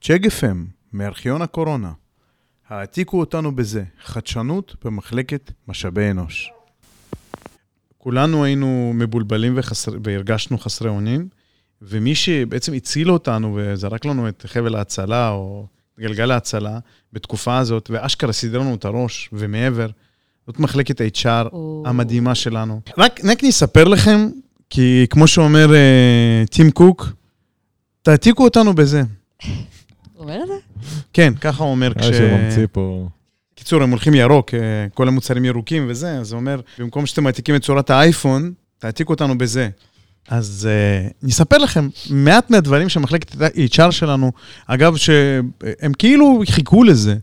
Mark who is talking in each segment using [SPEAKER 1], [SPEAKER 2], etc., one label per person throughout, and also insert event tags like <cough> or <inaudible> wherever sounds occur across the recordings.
[SPEAKER 1] צ'ג FM, מארכיון הקורונה. העתיקו אותנו בזה, חדשנות במחלקת משאבי אנוש. כולנו היינו מבולבלים וחסר, והרגשנו חסרי אונים, ומי שבעצם הציל אותנו וזרק לנו את חבל ההצלה או את גלגל ההצלה בתקופה הזאת, ואשכרה סידר לנו את הראש ומעבר, זאת מחלקת ה-HR
[SPEAKER 2] או.
[SPEAKER 1] המדהימה שלנו. רק, רק נספר לכם, כי כמו שאומר אה, טים קוק, תעתיקו אותנו בזה.
[SPEAKER 2] הוא אומר את זה?
[SPEAKER 1] כן, ככה הוא אומר
[SPEAKER 3] נראה לי אה, שהוא ממציא פה.
[SPEAKER 1] קיצור, הם הולכים ירוק, אה, כל המוצרים ירוקים וזה, אז זה אומר, במקום שאתם מעתיקים את צורת האייפון, תעתיקו אותנו בזה. אז uh, נספר לכם מעט מהדברים שמחלקת ה-HR שלנו, אגב, שהם כאילו חיכו לזה.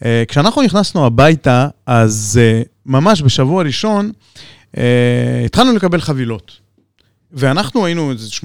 [SPEAKER 1] Uh, כשאנחנו נכנסנו הביתה, אז uh, ממש בשבוע הראשון, uh, התחלנו לקבל חבילות. ואנחנו היינו איזה 80-90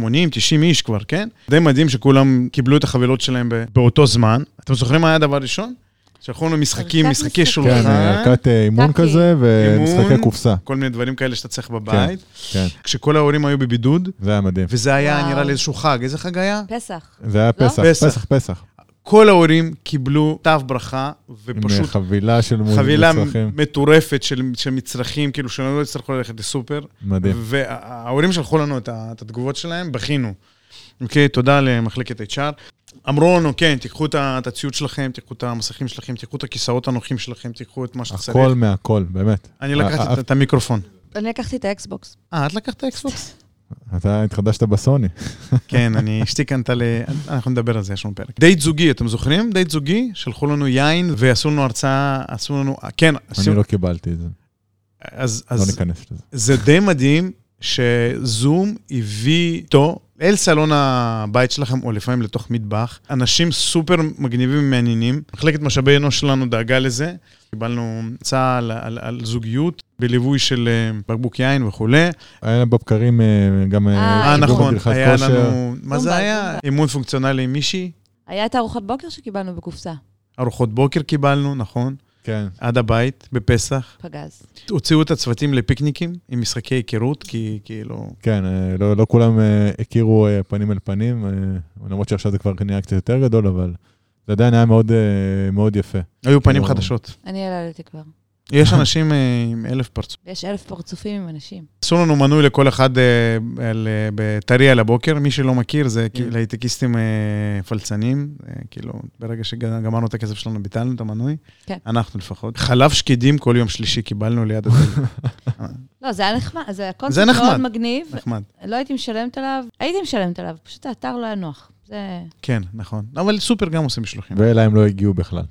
[SPEAKER 1] איש כבר, כן? די מדהים שכולם קיבלו את החבילות שלהם ב- באותו זמן. אתם זוכרים מה היה הדבר הראשון? שלחו לנו משחקים,
[SPEAKER 2] ערכת
[SPEAKER 1] משחקי
[SPEAKER 2] משחקים.
[SPEAKER 1] שולחן,
[SPEAKER 3] כן, ערכת אה, אימון
[SPEAKER 2] טאקי.
[SPEAKER 3] כזה ומשחקי
[SPEAKER 1] אימון.
[SPEAKER 3] אה, קופסה.
[SPEAKER 1] כל מיני דברים כאלה שאתה צריך בבית.
[SPEAKER 3] כן,
[SPEAKER 1] כשכל ההורים היו בבידוד,
[SPEAKER 3] זה היה מדהים.
[SPEAKER 1] וזה היה
[SPEAKER 2] וואו.
[SPEAKER 1] נראה לי איזשהו חג. איזה חג היה?
[SPEAKER 2] פסח.
[SPEAKER 3] זה היה
[SPEAKER 2] לא?
[SPEAKER 3] פסח,
[SPEAKER 1] פסח.
[SPEAKER 3] פסח, פסח.
[SPEAKER 1] כל ההורים קיבלו תו ברכה,
[SPEAKER 3] עם
[SPEAKER 1] ופשוט
[SPEAKER 3] אה, חבילה של מוז-
[SPEAKER 1] חבילה
[SPEAKER 3] מצרכים.
[SPEAKER 1] מטורפת של, של מצרכים, כאילו שהם לא יצטרכו ללכת לסופר.
[SPEAKER 3] מדהים.
[SPEAKER 1] וההורים שלחו לנו את, ה, את התגובות שלהם, בכינו. אוקיי, תודה למחלקת HR. אמרו לנו, כן, תיקחו את ה- את הציוד שלכם, תיקחו את המסכים שלכם, תיקחו את הכיסאות הנוחים שלכם, תיקחו את מה שצריך.
[SPEAKER 3] הכל מהכל, באמת.
[SPEAKER 1] אני לקחתי
[SPEAKER 3] אה,
[SPEAKER 1] את- את המיקרופון.
[SPEAKER 2] אני לקחתי את האקסבוקס.
[SPEAKER 1] אה, את לקחת אקסבוקס?
[SPEAKER 3] אתה התחדשת בסוני.
[SPEAKER 1] כן, אני, <laughs> אשתי קנתה ל... אנחנו נדבר על זה, יש לנו פרק. דייט זוגי, אתם זוכרים? דייט זוגי, שלחו לנו יין ועשו לנו הרצאה, עשו לנו... כן, עשו...
[SPEAKER 3] אני לא קיבלתי את זה.
[SPEAKER 1] אז,
[SPEAKER 3] לא
[SPEAKER 1] אז
[SPEAKER 3] ניכנס לזה.
[SPEAKER 1] זה די מדהים שזום הביא איתו אל סלון הבית שלכם, או לפעמים לתוך מטבח, אנשים סופר מגניבים ומעניינים. מחלקת משאבי אנוש שלנו דאגה לזה. קיבלנו הצעה על, על, על זוגיות בליווי של אה, בקבוק יין
[SPEAKER 3] אה,
[SPEAKER 1] וכולי.
[SPEAKER 3] היה להם בבקרים אה, גם...
[SPEAKER 2] אה,
[SPEAKER 1] אה,
[SPEAKER 3] שידור
[SPEAKER 1] נכון,
[SPEAKER 3] מדריכת
[SPEAKER 1] היה
[SPEAKER 3] כושר.
[SPEAKER 1] לנו... מה זה
[SPEAKER 2] זומבה,
[SPEAKER 1] היה?
[SPEAKER 2] זומבה.
[SPEAKER 1] אימון פונקציונלי עם מישהי,
[SPEAKER 2] היה את הארוחת בוקר שקיבלנו בקופסה.
[SPEAKER 1] ארוחות בוקר קיבלנו, נכון.
[SPEAKER 3] כן.
[SPEAKER 1] עד הבית, בפסח.
[SPEAKER 2] פגז.
[SPEAKER 1] הוציאו את הצוותים לפיקניקים עם משחקי היכרות, כי כאילו...
[SPEAKER 3] כן, אה, לא, לא כולם אה, הכירו אה, פנים אל פנים, אה, למרות שעכשיו זה כבר נהיה קצת יותר גדול, אבל זה עדיין היה מאוד, אה, מאוד יפה.
[SPEAKER 1] היו פנים
[SPEAKER 3] וואו.
[SPEAKER 1] חדשות.
[SPEAKER 2] אני ילדתי כבר.
[SPEAKER 1] יש אנשים אה, עם אלף פרצופים.
[SPEAKER 2] ויש אלף פרצופים עם אנשים.
[SPEAKER 1] עשו לנו מנוי לכל אחד אה, על, אה, בטרי על הבוקר, מי שלא מכיר, זה כאילו הייטקיסטים אה, פלצנים, אה, כאילו, ברגע שגמרנו את הכסף שלנו, ביטלנו את המנוי.
[SPEAKER 2] כן.
[SPEAKER 1] אנחנו לפחות. חלב שקדים כל יום שלישי קיבלנו ליד הדלת,
[SPEAKER 2] לא, זה היה נחמד, זה
[SPEAKER 1] זה
[SPEAKER 2] הקונספט
[SPEAKER 1] נחמד.
[SPEAKER 2] מאוד מגניב.
[SPEAKER 1] נחמד.
[SPEAKER 2] לא הייתי משלמת עליו, הייתי משלמת עליו, פשוט האתר לא היה נוח. זה...
[SPEAKER 1] כן, נכון. אבל סופר גם עושים משלוחים.
[SPEAKER 3] ואליי הם לא הגיעו בכלל.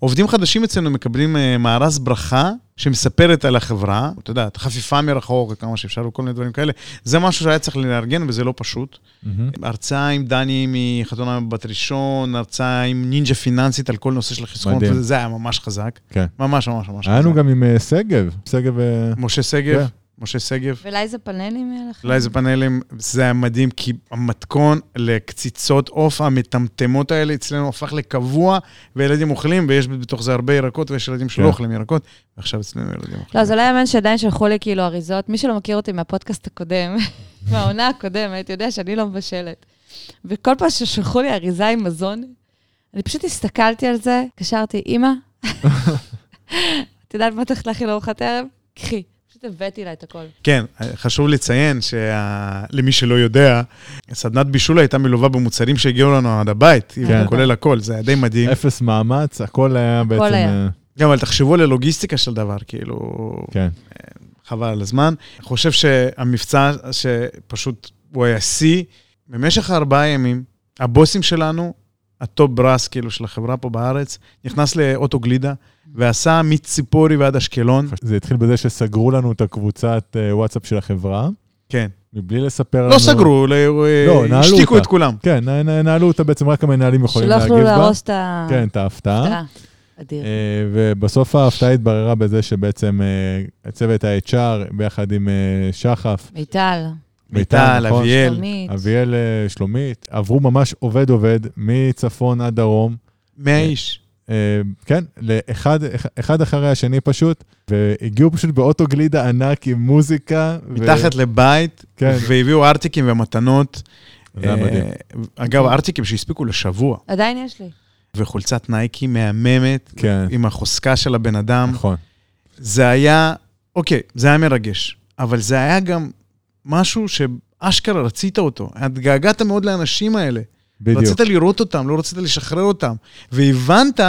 [SPEAKER 1] עובדים חדשים אצלנו מקבלים אה, מארז ברכה שמספרת על החברה, אתה יודע, חפיפה מרחוק, כמה שאפשר וכל מיני דברים כאלה. זה משהו שהיה צריך לארגן וזה לא פשוט.
[SPEAKER 3] מהמם.
[SPEAKER 1] הרצאה עם דני מחתונה בת ראשון, הרצאה עם נינג'ה פיננסית על כל נושא של חסכונות,
[SPEAKER 3] מדהים.
[SPEAKER 1] וזה- זה היה ממש חזק.
[SPEAKER 3] כן.
[SPEAKER 1] ממש ממש ממש חזק.
[SPEAKER 3] היינו גם עם אה, שגב, שגב... אה,
[SPEAKER 1] משה שגב,
[SPEAKER 3] כן.
[SPEAKER 1] משה שגב.
[SPEAKER 2] ולייזה פאנלים היה לכם?
[SPEAKER 1] אולי זה פאנלים, זה היה מדהים, כי המתכון לקציצות עוף המטמטמות האלה אצלנו הפך לקבוע, וילדים אוכלים, ויש בתוך זה הרבה ירקות, ויש ילדים שלא
[SPEAKER 3] כן.
[SPEAKER 1] אוכלים ירקות, ועכשיו אצלנו ילדים אוכלים.
[SPEAKER 2] לא, זה לא יאמן שעדיין שלחו לי כאילו אריזות. מי שלא מכיר אותי מהפודקאסט הקודם, <laughs> מהעונה הקודמת, יודע שאני לא מבשלת. וכל פעם ששלחו לי אריזה עם מזון, אני פשוט הסתכלתי על זה, קשרתי, אימא,
[SPEAKER 3] <laughs>
[SPEAKER 2] את יודעת מה את הולכת להכין לארוחת ערב? קחי. פשוט הבאתי לה את הכל.
[SPEAKER 1] כן, חשוב לציין שלמי שלא יודע, סדנת בישול הייתה מלווה במוצרים שהגיעו לנו עד הבית,
[SPEAKER 3] כן.
[SPEAKER 1] כולל הכל, זה היה די מדהים.
[SPEAKER 3] אפס מאמץ, הכל היה בעצם...
[SPEAKER 2] היה.
[SPEAKER 3] אה,
[SPEAKER 1] גם, אבל תחשבו על הלוגיסטיקה של דבר, כאילו,
[SPEAKER 3] כן.
[SPEAKER 1] חבל על הזמן. אני חושב שהמבצע שפשוט הוא היה שיא, במשך ארבעה ימים, הבוסים שלנו, הטופ ברס, כאילו, של החברה פה בארץ, נכנס לאוטוגלידה ועשה מציפורי ועד אשקלון.
[SPEAKER 3] זה התחיל בזה שסגרו לנו את הקבוצת אה, וואטסאפ של החברה,
[SPEAKER 1] כן.
[SPEAKER 3] מבלי לספר לנו...
[SPEAKER 1] לא סגרו, ל-
[SPEAKER 3] לא, נעלו
[SPEAKER 1] השתיקו
[SPEAKER 3] אותה.
[SPEAKER 1] את כולם.
[SPEAKER 3] כן, נ- נ- נעלו אותה בעצם, רק המנהלים יכולים
[SPEAKER 2] שלא
[SPEAKER 3] להגיב בה.
[SPEAKER 2] יכלו להרוס את ה...
[SPEAKER 3] כן, את ההפתעה.
[SPEAKER 2] אה, אדיר.
[SPEAKER 3] אה, ובסוף ההפתעה התבררה בזה שבעצם אה, צוות ה-HR ביחד עם אה, שחף,
[SPEAKER 2] מיטל,
[SPEAKER 1] מיטל,
[SPEAKER 3] נכון?
[SPEAKER 1] אביאל,
[SPEAKER 2] שלומית.
[SPEAKER 3] אביאל אה, שלומית, עברו ממש עובד-עובד, מצפון עד דרום,
[SPEAKER 1] 100 איש.
[SPEAKER 3] אה, כן, לאחד, אחד אחרי השני פשוט, והגיעו פשוט באוטוגלידה ענק עם מוזיקה. ו-
[SPEAKER 1] מתחת לבית,
[SPEAKER 3] כן.
[SPEAKER 1] והביאו ארטיקים ומתנות,
[SPEAKER 3] זה היה
[SPEAKER 1] אה,
[SPEAKER 3] מדהים.
[SPEAKER 1] אגב, ארטיקים שהספיקו לשבוע,
[SPEAKER 2] עדיין יש לי.
[SPEAKER 1] וחולצת נייקי מהממת,
[SPEAKER 3] כן,
[SPEAKER 1] עם החוזקה של הבן אדם.
[SPEAKER 3] נכון.
[SPEAKER 1] זה היה, אוקיי, זה היה מרגש, אבל זה היה גם משהו שאשכרה רצית אותו. התגעגעת מאוד לאנשים האלה.
[SPEAKER 3] בדיוק.
[SPEAKER 1] רצית לראות אותם, לא רצית לשחרר אותם. והבנת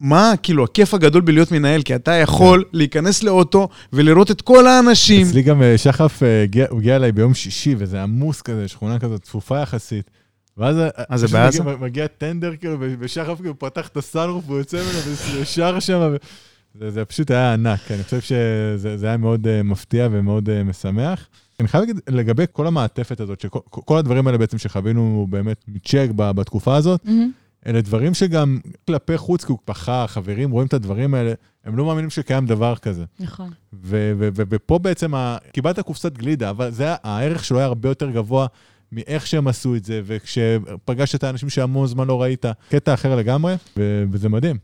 [SPEAKER 1] מה, כאילו, הכיף הגדול בלהיות מנהל, כי אתה יכול להיכנס לאוטו ולראות את כל האנשים.
[SPEAKER 3] אצלי גם אה, שחף אה, הגיע- הוא הגיע אליי ביום שישי, וזה עמוס כזה, שכונה כזאת צפופה יחסית. ואז... אה,
[SPEAKER 1] אה, זה
[SPEAKER 3] פשוט
[SPEAKER 1] בעזה?
[SPEAKER 3] מגיע- מגיע טנדר כאילו, ו- ושחף כאילו פתח את הסאנרוף והוא יוצא ממנו ושר שם. ו- זה, זה פשוט היה ענק, אני חושב שזה זה היה מאוד uh, מפתיע ומאוד uh, משמח. אני חייב להגיד, לגבי כל המעטפת הזאת, שכל כל הדברים האלה בעצם שחווינו באמת מצ'ק ב- בתקופה הזאת,
[SPEAKER 2] מהמם.
[SPEAKER 3] אלה דברים שגם כלפי חוץ, כי הוא פחה, חברים רואים את הדברים האלה, הם לא מאמינים שקיים דבר כזה.
[SPEAKER 2] נכון.
[SPEAKER 3] ו- ו- ו- ופה בעצם ה- קיבלת קופסת גלידה, אבל זה היה- הערך שלו היה הרבה יותר גבוה מאיך שהם עשו את זה, וכשפגשת את האנשים שהמון זמן לא ראית, קטע אחר לגמרי, ו- וזה מדהים.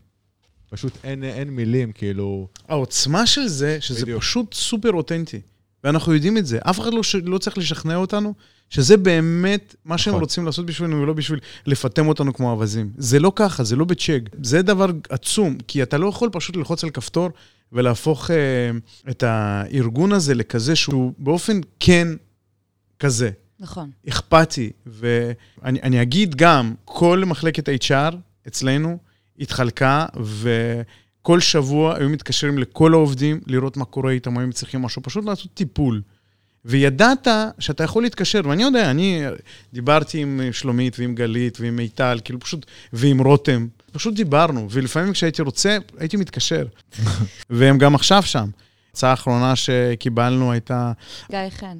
[SPEAKER 3] פשוט אין, אין מילים, כאילו...
[SPEAKER 1] העוצמה של זה, שזה
[SPEAKER 3] בדיוק.
[SPEAKER 1] בדיוק. פשוט סופר אותנטי. ואנחנו יודעים את זה. אף אחד לא, ש... לא צריך לשכנע אותנו שזה באמת מה שהם
[SPEAKER 3] נכון.
[SPEAKER 1] רוצים לעשות בשבילנו, ולא בשביל לפטם אותנו כמו אווזים. זה לא ככה, זה לא בצ'ק. זה דבר עצום, כי אתה לא יכול פשוט ללחוץ על כפתור ולהפוך אה, את הארגון הזה לכזה שהוא באופן כן כזה.
[SPEAKER 2] נכון.
[SPEAKER 1] אכפתי, ואני אני אגיד גם, כל מחלקת HR אצלנו התחלקה, וכל שבוע היו מתקשרים לכל העובדים לראות מה קורה איתם, היו צריכים משהו, פשוט לעשות טיפול. וידעת שאתה יכול להתקשר, ואני יודע, אני דיברתי עם שלומית ועם גלית ועם מיטל, כאילו פשוט, ועם רותם, פשוט דיברנו, ולפעמים כשהייתי רוצה, הייתי מתקשר. והם גם עכשיו שם. ההצעה האחרונה שקיבלנו הייתה
[SPEAKER 2] גיא חן.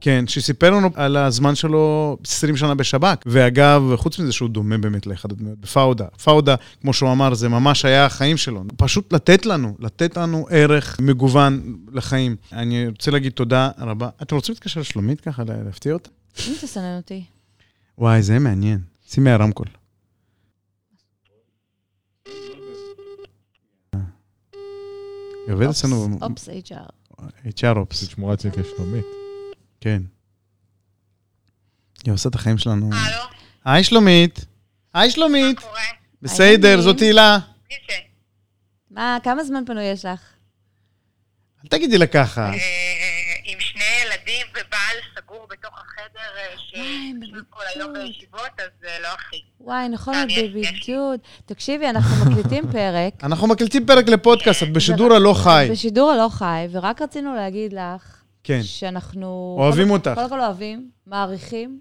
[SPEAKER 1] כן, שסיפר לנו על הזמן שלו 20 שנה בשב"כ. ואגב, חוץ מזה שהוא דומה באמת לאחד הדמויות בפאודה. פאודה, כמו שהוא אמר, זה ממש היה החיים שלו. פשוט לתת לנו, לתת לנו ערך מגוון לחיים. אני רוצה להגיד תודה רבה. אתם רוצים להתקשר לשלומית ככה, לה- להפתיע אותה?
[SPEAKER 2] אם תסנן אותי.
[SPEAKER 1] וואי, זה מעניין. שימי הרמקול. אה. היא עובדת אצלנו ב-
[SPEAKER 2] אוקיי. אופס HR.
[SPEAKER 1] HR
[SPEAKER 3] זה
[SPEAKER 1] אופס,
[SPEAKER 3] שמורת לי כשלומית.
[SPEAKER 1] כן. היא עושה את החיים שלנו. היי שלומית. היי שלומית.
[SPEAKER 4] קורה?
[SPEAKER 1] בסדר,
[SPEAKER 2] העניינים?
[SPEAKER 1] זאת הילה.
[SPEAKER 4] מי זה?
[SPEAKER 2] מה, כמה זמן פנוי יש לך?
[SPEAKER 1] אל תגידי לה ככה.
[SPEAKER 4] אה, עם שני ילדים ובעל סגור בתוך החדר אה,
[SPEAKER 2] וואי, הם
[SPEAKER 4] שיושב כל היום
[SPEAKER 2] בבידוד.
[SPEAKER 4] בישיבות, אז אה, לא אחי.
[SPEAKER 2] וואי, נכון, את
[SPEAKER 4] גם יש,
[SPEAKER 1] כן.
[SPEAKER 2] בבידוד. תקשיבי, אנחנו
[SPEAKER 1] <laughs>
[SPEAKER 2] מקליטים פרק.
[SPEAKER 1] אנחנו מקליטים פרק לפודקאסט, את בשידור הלא חי.
[SPEAKER 2] בשידור הלא חי, ורק רצינו להגיד לך,
[SPEAKER 1] כן.
[SPEAKER 2] שאנחנו...
[SPEAKER 1] אוהבים
[SPEAKER 2] קודם-
[SPEAKER 1] אותך.
[SPEAKER 2] קודם כל אוהבים, מעריכים,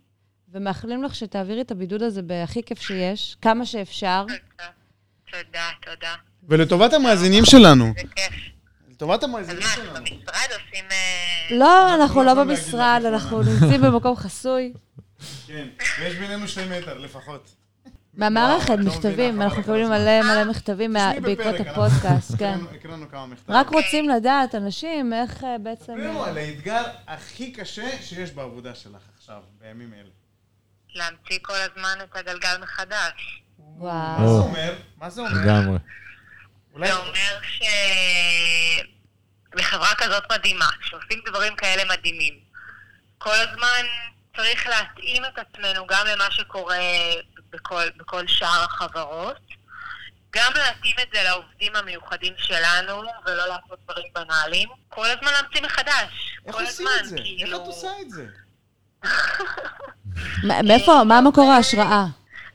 [SPEAKER 2] ומאחלים לך שתעבירי את הבידוד הזה בהכי כיף שיש, כמה שאפשר.
[SPEAKER 4] תודה, תודה, תודה.
[SPEAKER 1] ולטובת המאזינים שלנו.
[SPEAKER 4] זה כיף.
[SPEAKER 1] לטובת
[SPEAKER 4] אז
[SPEAKER 1] המאזינים
[SPEAKER 4] מה, אתם
[SPEAKER 1] שלנו.
[SPEAKER 4] במשרד עושים... אה,
[SPEAKER 2] לא, אנחנו
[SPEAKER 1] לא
[SPEAKER 2] לא
[SPEAKER 1] יכולים
[SPEAKER 2] במשרד,
[SPEAKER 1] להגיד
[SPEAKER 2] אנחנו נמצאים במקום חסוי.
[SPEAKER 1] כן, יש בינינו שני מטר לפחות.
[SPEAKER 2] מהמערכת,
[SPEAKER 1] לא מבינה,
[SPEAKER 2] מכתבים,
[SPEAKER 1] חבל
[SPEAKER 2] אנחנו
[SPEAKER 1] על
[SPEAKER 2] מקבלים
[SPEAKER 1] הזמן.
[SPEAKER 2] מלא מלא מכתבים מה-
[SPEAKER 1] תשמעי
[SPEAKER 2] בעקבות
[SPEAKER 1] בפרק, אנחנו-
[SPEAKER 2] הפודקאסט,
[SPEAKER 1] <laughs>
[SPEAKER 2] כן.
[SPEAKER 1] הקראנו כמה מכתבים.
[SPEAKER 2] רק רוצים לדעת, אנשים, איך אה, בעצם...
[SPEAKER 1] תראו
[SPEAKER 2] אה,
[SPEAKER 1] על האתגר הכי קשה שיש בעבודה שלך עכשיו, בימים אלה.
[SPEAKER 4] להמציא כל הזמן את הגלגל מחדש.
[SPEAKER 1] מה זה
[SPEAKER 2] וואו.
[SPEAKER 1] אומר? מה זה אומר?
[SPEAKER 3] לגמרי.
[SPEAKER 1] אולי...
[SPEAKER 4] זה אומר ש... בחברה כזאת מדהימה, שעושים דברים כאלה מדהימים, כל הזמן צריך להתאים את עצמנו גם למה שקורה בכל, בכל שאר החברות, גם להתאים את זה לעובדים המיוחדים שלנו, ולא לעשות דברים בנאליים. כל הזמן להמציא מחדש.
[SPEAKER 1] איך
[SPEAKER 4] כל
[SPEAKER 1] עושים
[SPEAKER 4] הזמן,
[SPEAKER 1] את זה? איך
[SPEAKER 4] כאילו,
[SPEAKER 1] את עושה את זה?
[SPEAKER 2] מ- מאיפה, מה מקור ההשראה?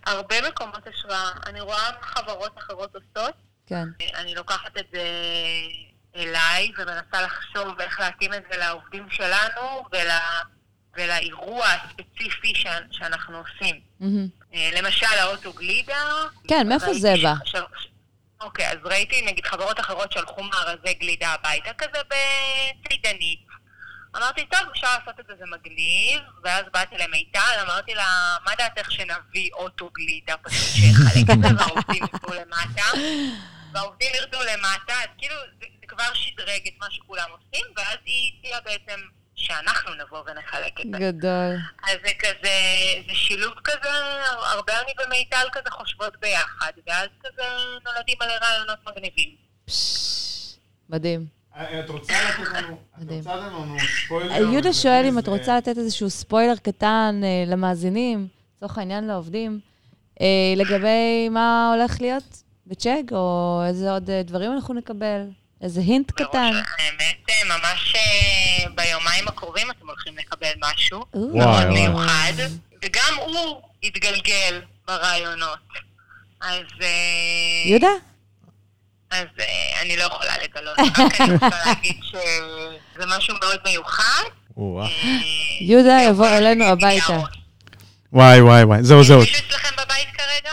[SPEAKER 4] הרבה מקומות השראה. אני רואה מה חברות אחרות עושות,
[SPEAKER 2] כן.
[SPEAKER 4] אני לוקחת את זה אליי ומנסה לחשוב איך להתאים את זה לעובדים שלנו ול, ולאירוע הספציפי ש, שאנחנו עושים.
[SPEAKER 2] מהמם.
[SPEAKER 4] אה, למשל, האוטו גלידה.
[SPEAKER 2] כן, מאיפה
[SPEAKER 4] ראיתי
[SPEAKER 2] זה בא?
[SPEAKER 4] ש- ש- אוקיי, אז ראיתי, נגיד, חברות אחרות שלחו מארזי גלידה הביתה, כזה בצידנית. אמרתי, טוב, אפשר לעשות את זה, זה מגניב, ואז באתי למיטל, אמרתי לה, מה דעתך שנביא אוטו גלידה פשוט שיחלק את זה,
[SPEAKER 2] <laughs>
[SPEAKER 4] והעובדים ירדו למטה, והעובדים ירדו למטה, אז כאילו, זה, זה כבר שדרג את מה שכולם עושים, ואז היא הציעה בעצם שאנחנו נבוא ונחלק את זה.
[SPEAKER 2] גדול.
[SPEAKER 4] אז זה כזה, זה שילוב כזה, הרבה אני ומיטל כזה חושבות ביחד, ואז כזה נולדים מלא רעיונות מגניבים.
[SPEAKER 2] פשש, מדהים.
[SPEAKER 1] אה, את רוצה לתת לנו, את
[SPEAKER 2] מדהים. אה,
[SPEAKER 1] רוצה לתת לנו ספוילר?
[SPEAKER 2] יהודה
[SPEAKER 1] לפני
[SPEAKER 2] שואל אם את
[SPEAKER 1] זה?
[SPEAKER 2] רוצה לתת איזשהו ספוילר קטן אה, למאזינים, לצורך העניין לעובדים, אה, לגבי מה הולך להיות בצ'ק, או איזה עוד אה, דברים אנחנו נקבל, איזה הינט קטן.
[SPEAKER 4] האמת, אה, ממש אה, ביומיים הקרובים אתם הולכים לקבל משהו
[SPEAKER 2] וואי,
[SPEAKER 4] מאוד
[SPEAKER 3] וואי.
[SPEAKER 2] אה,
[SPEAKER 4] מיוחד, וגם הוא התגלגל ברעיונות. אז... אה,
[SPEAKER 2] יהודה?
[SPEAKER 4] אז אה, אני לא יכולה לגלות,
[SPEAKER 2] <laughs>
[SPEAKER 4] רק אני רוצה להגיד שזה משהו מאוד מיוחד.
[SPEAKER 3] או-אה.
[SPEAKER 4] אה,
[SPEAKER 2] יהודה
[SPEAKER 4] אה,
[SPEAKER 2] יבוא אלינו הביתה.
[SPEAKER 4] יערות.
[SPEAKER 1] וואי, וואי, וואי, זהו, זהו.
[SPEAKER 4] מישהו אצלכם בבית כרגע?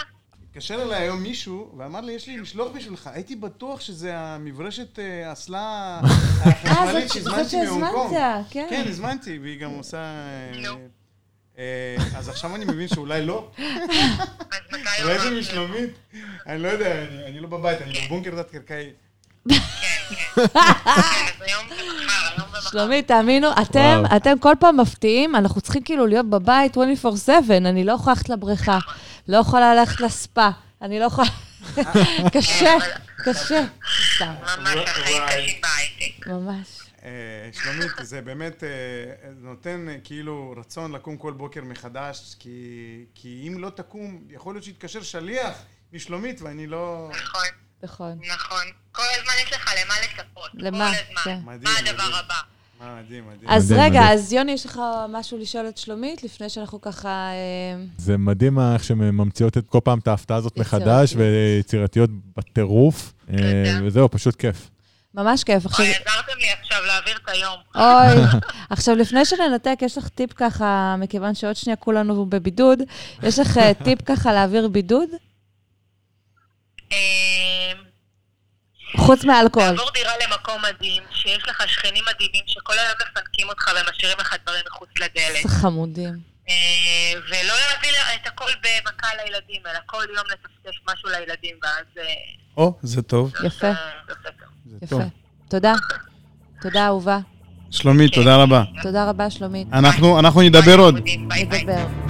[SPEAKER 1] התקשר אליי היום מישהו ואמר לי, יש לי משלוח בשבילך. הייתי בטוח שזה המברשת אה, האסלה
[SPEAKER 2] אה,
[SPEAKER 1] החשמלית
[SPEAKER 2] זאת- זאת
[SPEAKER 1] שהזמנתי מהונג קונג.
[SPEAKER 2] שהזמנת, כן.
[SPEAKER 1] כן, הזמנתי, והיא גם עושה... אה,
[SPEAKER 4] נו.
[SPEAKER 1] אה, אז עכשיו אני מבין שאולי לא,
[SPEAKER 4] אז מתי
[SPEAKER 1] אולי זה
[SPEAKER 4] הוא-
[SPEAKER 1] משלומית, אני לא יודע, אני- אני לא בבית, אני בבונקר תת-קרקעי.
[SPEAKER 4] אז היום ומחר, היום ומחר.
[SPEAKER 2] שלומית, תאמינו, אתם,
[SPEAKER 3] וואו.
[SPEAKER 2] אתם כל פעם מפתיעים, אנחנו צריכים כאילו להיות בבית 24/7, אני לא יכולה ללכת לבריכה, לא יכולה ללכת לספה, אני לא יכולה... קשה, קשה, סתם,
[SPEAKER 4] ממש החיים
[SPEAKER 1] וואי.
[SPEAKER 4] קשים בהייטק.
[SPEAKER 2] ממש.
[SPEAKER 1] אה, שלומית, <laughs> זה באמת אה, נותן אה, כאילו רצון לקום כל בוקר מחדש, כי, כי אם לא תקום, יכול להיות שיתקשר שליח משלומית ואני לא...
[SPEAKER 4] נכון,
[SPEAKER 2] נכון.
[SPEAKER 4] נכון. כל הזמן יש לך למה לצפות.
[SPEAKER 2] למה?
[SPEAKER 4] כל הזמן.
[SPEAKER 2] כן.
[SPEAKER 1] מדהים,
[SPEAKER 4] מה הדבר
[SPEAKER 1] מדהים.
[SPEAKER 4] הבא?
[SPEAKER 1] מה, מדהים, מדהים.
[SPEAKER 2] אז
[SPEAKER 3] מדהים,
[SPEAKER 2] רגע,
[SPEAKER 3] מדהים.
[SPEAKER 2] אז יוני, יש לך משהו לשאול את שלומית, לפני שאנחנו ככה... אה,
[SPEAKER 3] זה מדהים מה- איך שהן ממציאות את כל פעם את ההפתעה הזאת מחדש,
[SPEAKER 2] יצירתיות.
[SPEAKER 3] ויצירתיות בטירוף, אה,
[SPEAKER 4] תודה.
[SPEAKER 3] וזהו, פשוט כיף.
[SPEAKER 2] ממש כיף. עכשיו,
[SPEAKER 4] אוי, עזרתם לי עכשיו להעביר את היום.
[SPEAKER 2] אוי.
[SPEAKER 3] <laughs>
[SPEAKER 2] עכשיו, לפני שננתק, יש לך טיפ ככה, מכיוון שעוד שנייה כולנו בבידוד, יש לך אה, טיפ ככה להעביר בידוד?
[SPEAKER 4] אמ,
[SPEAKER 2] חוץ
[SPEAKER 4] <laughs>
[SPEAKER 2] מאלכוהול.
[SPEAKER 4] לעבור דירה למקום מדהים, שיש לך שכנים מדהימים שכל היום מפנקים אותך ומשאירים לך דברים מחוץ
[SPEAKER 2] <laughs>
[SPEAKER 4] לדלת.
[SPEAKER 2] איזה חמודים.
[SPEAKER 4] אה, ולא להביא לה- את הכל במכה לילדים, אלא כל יום לטפטף משהו לילדים, ואז... אה,
[SPEAKER 1] או, זה טוב.
[SPEAKER 2] יפה,
[SPEAKER 4] אה, זה בסדר.
[SPEAKER 1] זה
[SPEAKER 2] יפה. תודה. תודה, אהובה. כן.
[SPEAKER 1] שלומית, תודה רבה.
[SPEAKER 2] תודה רבה, שלומית.
[SPEAKER 1] אנחנו, אנחנו נדבר עוד.
[SPEAKER 4] ביי, ביי.
[SPEAKER 2] נדבר.